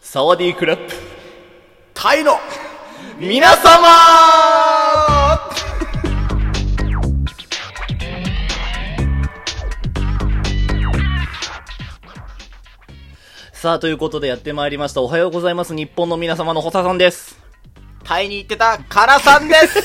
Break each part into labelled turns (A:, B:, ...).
A: サワディークラップ
B: タイの
A: 皆様さあ、ということでやってまいりました。おはようございます。日本の皆様のホサさんです。
B: タイに行ってたカラさんです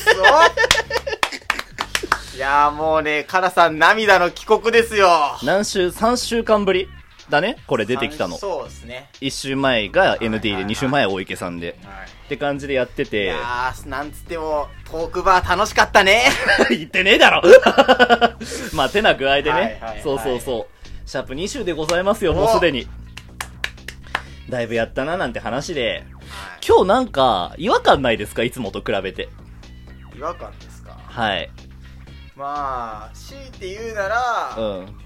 B: おいやーもうね、カラさん涙の帰国ですよ。
A: 何週、3週間ぶりだねこれ出てきたの。
B: そうですね。
A: 1週前が ND
B: はいはいは
A: で、
B: い
A: 2週前は大池さんで。って感じでやって
B: い
A: て、
B: やー、なんつっても、トークバー楽しかったね。
A: 言ってねえだ ろまあ、手な具合でね、
B: はいはいはい
A: そうそうそう。シャープ2週でございますよ、もうすでに。だいぶやったな、なんて話で。今日なんか、違和感ないですかいつもと比べて。
B: 違和感ですか
A: はい。
B: まあ、強いて言うな
A: う
B: ら、
A: ん。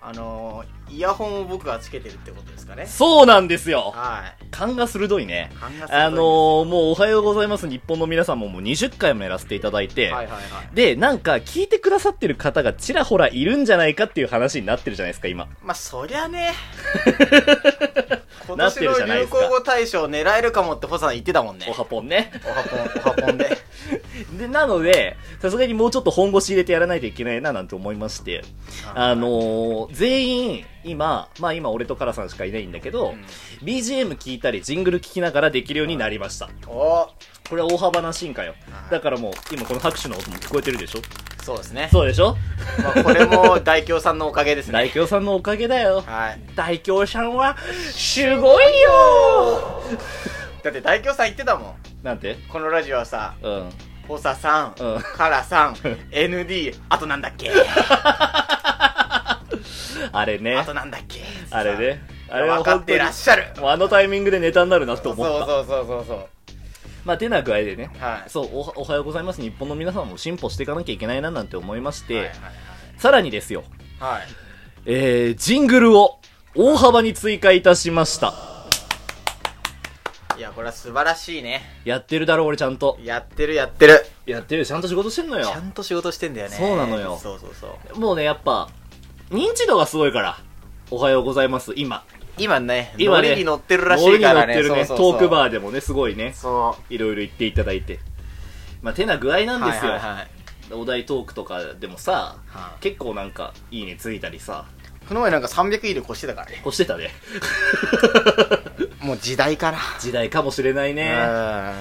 B: あのー、イヤホンを僕がつけてるってことですかね。
A: そうなんですよ
B: はい。
A: 勘が鋭いね。
B: 勘が鋭い
A: あのー、もうおはようございます日本の皆さんももう20回もやらせていただいて、
B: はいはいはい。
A: で、なんか聞いてくださってる方がちらほらいるんじゃないかっていう話になってるじゃないですか、今。
B: まあ、そりゃね。今
A: なって
B: 年
A: るじ
B: の
A: ゃないで
B: 流
A: すか
B: 行語大賞狙えるかもってホサさん言ってたもんね
A: お。はぽんね。
B: おはぽん、おはぽんで。
A: で、なので、さすがにもうちょっと本腰入れてやらないといけないななんて思いまして、 あのー、全員、今、まあ今俺とカラさんしかいないんだけど、
B: うん
A: BGM 聞いたりジングル聞きながらできるようになりました。
B: お
A: これは大幅な進化よ
B: は。い
A: だからもう、今この拍手の音も聞こえてるでしょ
B: そうですね。
A: そうでし ょ
B: まあ、これも大京さんのおかげです
A: 大
B: ね。
A: 京さんのおかげだよ。
B: はい。
A: 大京さんは、すごいよ
B: だって大京さん言ってたもん。
A: なんて
B: このラジオはさ、
A: うん。
B: ホサさん、
A: うん
B: カラさん、ND、あとなんだっけ
A: あれね
B: あ。となんだっけ
A: あれね。あれは本
B: 分か
A: 当に
B: ってらっしゃる。
A: もうあのタイミングでネタになるなと
B: そう
A: 思
B: そう
A: った。
B: そうそうそうそう。
A: まあ、てな具合でね。
B: はい。
A: そうおは、おはようございます。日本の皆さんも進歩していかなきゃいけないななんて思いまして、
B: はいはい
A: さらにですよ、
B: はい。はい。
A: えー、ジングルを大幅に追加いたしました。
B: いや、これは素晴らしいね。
A: やってるだろ、俺ちゃんと。
B: やってるやってる。
A: やってる、ちゃんと仕事してんのよ
B: ち。ゃんと仕事してんだよね。
A: そうなのよ
B: そうそうそう。
A: もうね、やっぱ、認知度がすごいから。おはようございます、今。
B: 今ね、
A: 今ね、
B: ノリに乗ってるらしいからね。
A: ノリに乗ってるね
B: そうそうそ
A: トー
B: う
A: クバーでもね、すごいね、
B: そ
A: いろいろ言っていただいて。まあ、てな具合な
B: う。
A: んですよ。
B: はいはいはい
A: お題トークとかでもさ、
B: はい
A: 結構なんか、いいねついたりさ、
B: この前なんか300いる越してたからね。
A: こうしてたね。
B: もう時代から。
A: 時代かもしれない
B: うん
A: ね。
B: は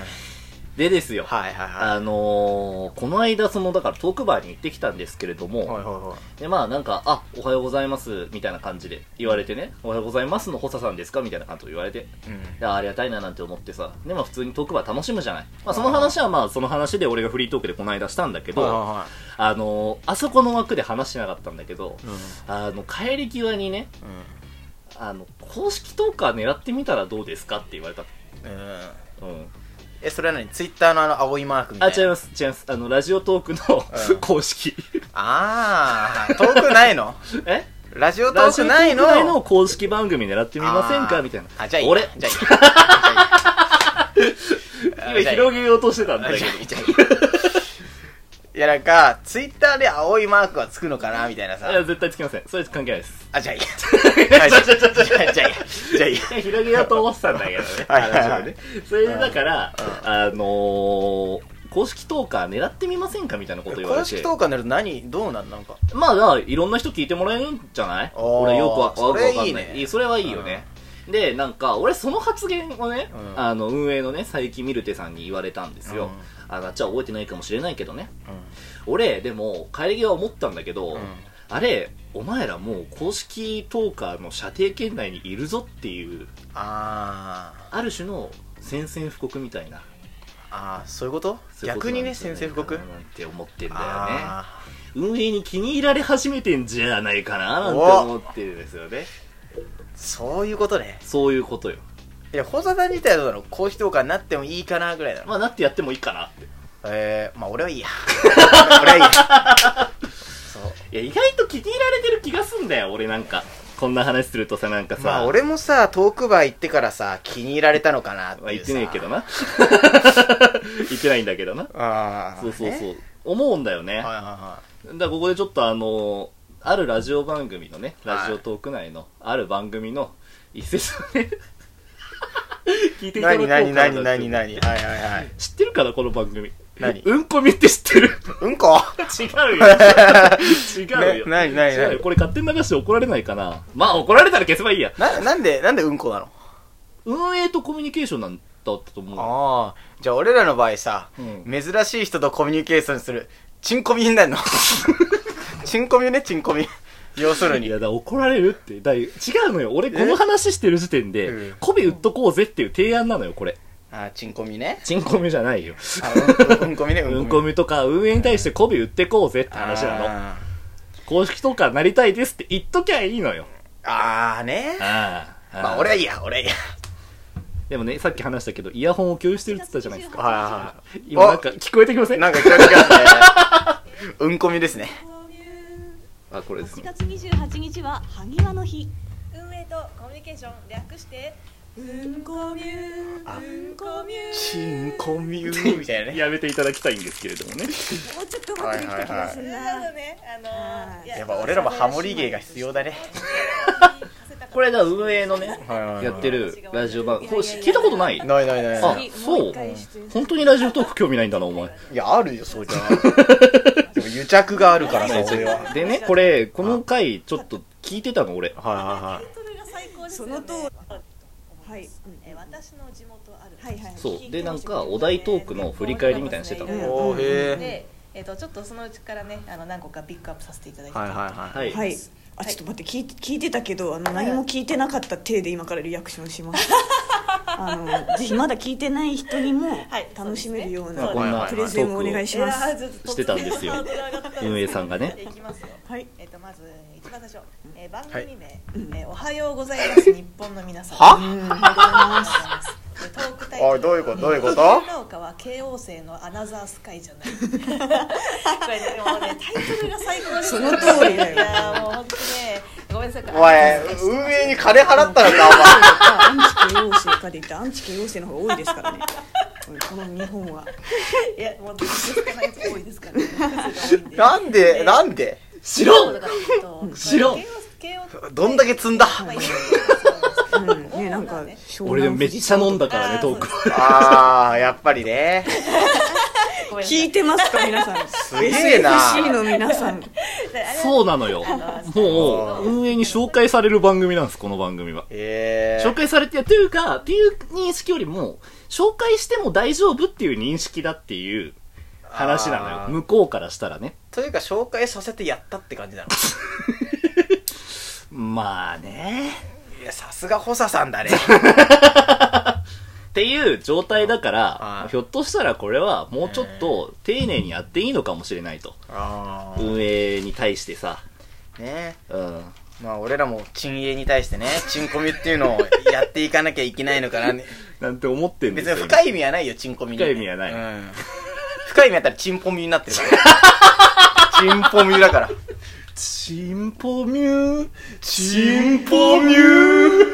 A: でです
B: い
A: よ。
B: はいは
A: あのー、この間、その、だからトークバーに行ってきたんですけれど
B: い。はい
A: も、
B: は
A: で、まあなんか、あ、おはようございます、みたいな感じで言われてね、おはようございますの補佐さんですかみたいな感じで言われて、
B: いはい。
A: であありがたいななんて思ってさ、で、まあ普通にトークバー楽しむじゃない。まあその話はまあその話で俺がフリートークでこの間したんだけ
B: うん。はい
A: ど、
B: は
A: あのー、あそこの枠で話してなかったんだけど
B: い、はい。
A: あの、帰り際にね、
B: うん。
A: あの、公式トーカー狙ってみたらどうですかって言われた。
B: うん。
A: うん。
B: え、それは何ツイッターのあの青いマークみた
A: あ、
B: いな。
A: 違います、違います。あの、ラジオトークの、
B: うん
A: 公式。
B: あー、遠くない の
A: え
B: ラジオ遠くないの
A: ラジオトークの公式番組狙ってみません
B: あ
A: か
B: ー
A: みたいな。
B: あ、じゃあいい。
A: 俺、
B: じゃあい い。
A: 今広げようとしてたんだ
B: あ
A: け
B: じ
A: ど
B: ゃ。あいいじゃあいい。いや、なんか、ツイッターで青いマークがつくのかなみたいな
A: や、
B: いさ。
A: 絶対つきません。それ関係ないです。
B: あ、じゃ あいい。
A: ちょちょちょちょ
B: じゃあいい。じゃあいい。 じゃあいい。
A: いや広げようと思ってたんだ けどね。
B: はいはいはい
A: 話ね。それでだから、あのー、公式トーカー狙ってみませんかみたいなこと言われ
B: 公式
A: て。
B: 投下になると何どうなんなんか。
A: まあ、だからいろんな人聞いてもらえるんじゃない
B: あー
A: 俺よくわわ
B: そ
A: わか
B: れ
A: んないい
B: いね
A: いいそれはいいよね。で、なんか、俺その発言をね、
B: うん
A: あの、運営のね、佐伯ミルテさんに言われたんですよ。
B: うん
A: あなっちゃん覚えてないかもしれないけどね。
B: う
A: 俺、でも、帰り際思ったんだけど、
B: ん。
A: あれ、お前らもう公式トーカーの射程圏内にいるぞっていう、
B: あー。
A: ある種の宣戦布告みたいな。
B: あー、そういうこと
A: そういうこと
B: 逆
A: なん
B: に
A: じゃ
B: ね、
A: ないかな
B: 宣戦布告
A: なんて思ってんだよね。
B: あ
A: 運営に気に入られ始めてんじゃないかななんて思ってるんですよね。
B: ーそういうことね。
A: そういうことよ。
B: いや、保佐さん自体はどうなの公式投下になってもいいかなぐらいなの。
A: まあ、なってやってもいいかなって。
B: えー、まあ俺はいいや。俺はいいや。そ
A: い
B: う。
A: や、意外と気に入られてる気がすんだよ、俺なんか。こんな話するとさ、なんかさ。
B: まあ俺もさ、トークバー行ってからさ、気に入られたのかなっていう
A: まあ
B: さ。
A: 言ってねえけど。な。言ってないんだけどな。
B: ああ。。
A: そうそうそうう。思うんだよね。
B: はいはいは
A: だからここでちょっとあのあるラジオ番組のね、
B: はい
A: ラジオトーク内の、ある番組の一節をね、聞いていただこ
B: 何
A: うかな
B: 何何
A: なんて
B: 何何はいはいはい。
A: 知ってるかなこの番組。
B: 何
A: うんこみって知ってる
B: うんこ
A: 違う よ。違うよ。
B: ね何何
A: 違う
B: 何
A: よ。これ勝手に流して怒られないかな。まあ怒られたら消せばいいや。
B: な、なんで、なんでうんこなの
A: 運営とコミュニケーションなんだったと思う。
B: ああ。じゃあ俺らの場合さ、
A: うん
B: 珍しい人とコミュニケーションする、チンコミに なるの。チンコミね、チンコミ。要する
A: い
B: に
A: や、だ。から怒られるって。だい違うのよ。俺、この話してる時点
B: う
A: で
B: ん、
A: コビ売っとこうぜっていう提案なのよ、これ。
B: ああ、チンコミね。
A: チンコミじゃないよ。
B: あうんうんこみね、
A: うん
B: こ
A: こ
B: み。
A: みとか、運営に対してコビ売ってこうぜって話なの。
B: あ
A: 公式とかなりたいですって言っときゃいいのよ。
B: ーあーね。
A: ああ。
B: まあ俺はいいや、俺はいいや。
A: でもね、さっき話したけど、イヤホンを共有してるって言ったじゃないですか。
B: は
A: 今なんか聞こえてきません
B: なんか聞こえてきますね。うんこみですね。
A: あ、これです
C: 8
A: ね。
C: 月28日は萩和の日
D: 運営とコミュニケーション略してうんこみゅーうんこみゅー
B: チンコミューみたいなね。
A: やめていただきたいんですけれどもね。
C: もうちょっとうまくできた気がするな、
D: なるほどねあ
C: は
D: の
C: い
D: いや
B: やっぱ俺らもハモリ芸が必要だね。
A: これが運営のね、
B: はいはいはい
A: やってるラジオ番組。これ聞いたことない
B: ないないない
A: あ
B: ない。、
A: そう。本当にラジオトーク興味ないんだな、お前。
B: いや、あるよ、そうじゃ。 でも癒着があるからね、俺は。はい
A: でね、これ、この回、ちょっと聞いてたの、俺。
B: は
D: それが最高です
C: そ
D: よ
C: の
D: ね
C: 通りはい、
D: え私の地元ある
C: はいはい
A: そう。で、なんか、お題トークの振り返りみたいにしてた
B: いはい。
A: の。
B: おー、へ
D: でえっとちょっとそのうちからねあの何個かピックアップさせていただい
B: ー。
D: て
B: はいはい
A: は
B: はい。
A: い。
C: はいあちょっと待って聞い聞いてたけどあの何も聞いてなかった体で今からリアクションしますあのぜひまだ聞いてない人にも
D: はい
C: 楽しめるよう
A: まあ
C: な、
D: そうですね
A: こんなト
C: プレ
A: ー
C: ゼンをお願いし
A: ク
C: ます
D: いやーちょっと突然
A: してたんですよ
D: ハードル上がったです
A: 運営さんがね
D: いきますよ
C: はい
D: えっとまず一番最初えー番
B: はい
D: 組名えー「おはようございます 日本の皆さん」
B: は
D: おはようございますでトークタイトル
B: おいどういうことどういうこと
D: 農家は慶応生のアナザースカイじゃないこれねでもねタイトルが最高です
C: その通りだよ
D: いやーもう本当ねごめんなさい
B: お前、運営に金払ったのか、お
C: アンチ系妖精かで言ったらアンチ系妖精の方が多いですからねこの日本はい
D: やもうずっと聞かないやつ多いですからね数が多いんで
B: 前。 なんで、なんで
A: 知
D: そう
A: ろ
D: だからえっと
A: 知らん
D: 慶応慶応
B: どんだけ積んだ
D: まあいろいろ
C: うんねなんか湘南
A: 俺、めっちゃ飲んだからね、トーク。
B: あー、やっぱりね。
D: ごめんなさ
C: 聞いてますか皆さんす
B: げえな
C: SFC の皆さん
A: そうなのよ。もう、運営に紹介される番組なんです、この番組は。
B: え
A: 紹
B: ー。
A: 介されて、というか、っていう認識よりも、紹介しても大丈夫っていう認識だっていう話なの
B: あ
A: よ。
B: ー
A: 向こうからしたらね。
B: というか、紹介させてやったって感じなの。
A: まあね。
B: いや、さすが補佐さん だね。
A: っていう状態だから
B: は、い
A: ひょっとしたらこれはもうちょっと丁寧にやっていいのかもしれないと。
B: あ
A: 運営に対してさ。
B: ー。ね
A: うん。
B: まあ、俺らも、チンエに対してね、チンコミっていうのをやっていかなきゃいけないのかな、 ね。
A: なんて思ってんです
B: 別に
A: よ。
B: 深い意味はないよ、チンコミに、
A: 深い意味はない
B: うん。深い意味あったらチンポミになってる から。チンポミだから。
A: チンポミュー。
B: チ
A: ンポミュー。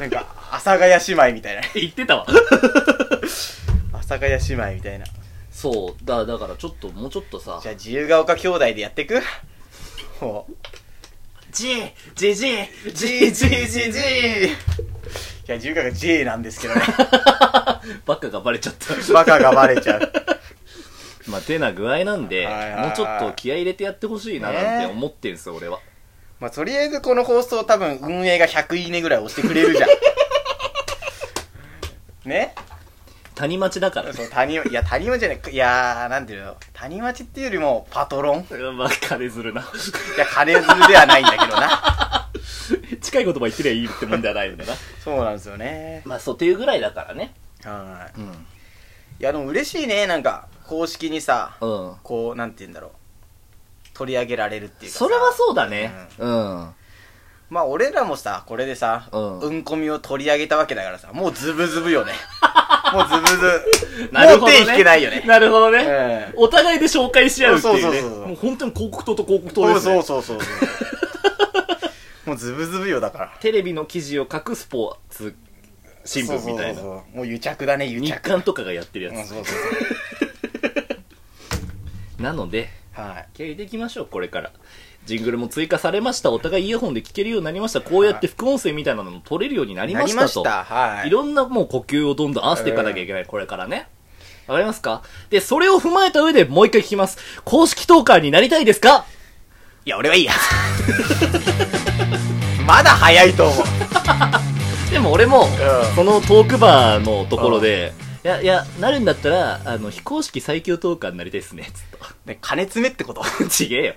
B: なんか、阿佐ヶ谷姉妹みたいな。
A: 言ってたわ。
B: 阿佐ヶ谷姉妹みたいな。
A: そう。だ、だからちょっと、もうちょっとさ
B: じゃ。あ、自由が丘兄弟でやってくもう。
A: ジジジ
B: ジージージージーいや、自由が丘 J なんですけどね。
A: バカがバレちゃった。
B: バカがバレちゃう。
A: まあ、てな具合なんで、
B: はいはいはい
A: もうちょっと気合い入れてやってほしいななんて思ってんすよ、俺は。
B: まあ、とりあえずこの放送多分運営が100いいねぐらい押してくれるじゃん。ね
A: 谷町だからね。
B: そう、谷間、いや、谷間じゃない、いやー、なんていうの、谷町っていうよりも、パトロン
A: うんまあ、金ずるな。
B: いや、金づるではないんだけどな。
A: 近い言葉言ってりゃいいってもんではないんだな。
B: そうなんですよね。
A: まあ、そう、っていうぐらいだからね。
B: はい。
A: うん。
B: いや、でも嬉しいね、なんか、公式にさ、
A: うん。
B: こう、なんて言うんだろう。取り上げられるっていうかさ
A: それはそうだね。うん。
B: まあ俺らもさ、これでさ、
A: うん
B: うんこみを取り上げたわけだからさ、もうズブズブよ ね。もうズブズブ。
A: なるほど、
B: もう
A: ね。
B: 手引けないよね。
A: なるほどね。
B: ええ
A: お互いで紹介し合うっていうね。
B: そうそうそうそう
A: もう本当に広告塔と広告塔ですね。
B: そうそうそうそう。もうズブズブよだから。
A: テレビの記事を書くスポーツ新聞みたい
B: そうそう
A: な。
B: そうそうもう癒着だね、癒
A: 日
B: 着。
A: 刊とかがやってる
B: うん
A: や
B: そうそうそう
A: つ。なので、
B: はい
A: 気合い入れていきましょう、これから。ジングルも追加されました。お互いイヤホンで聴けるようになりました。こうやって副音声みたいなのも取れるようになりましたと。
B: なりましたはい
A: ろんなもう呼吸をどんどん合わせていかなきゃいけない、これからね。わかりますかで、それを踏まえた上でもう一回聞きます。公式トーカーになりたいですか
B: いや俺はいいや まだ早いと思う
A: でも俺も
B: ん、
A: そのトークバーのところで、いや、いや、なるんだったら、あの、非公式最強トーカーになりたいですね、つっ
B: ね金詰めってこと
A: と。ちげえよ。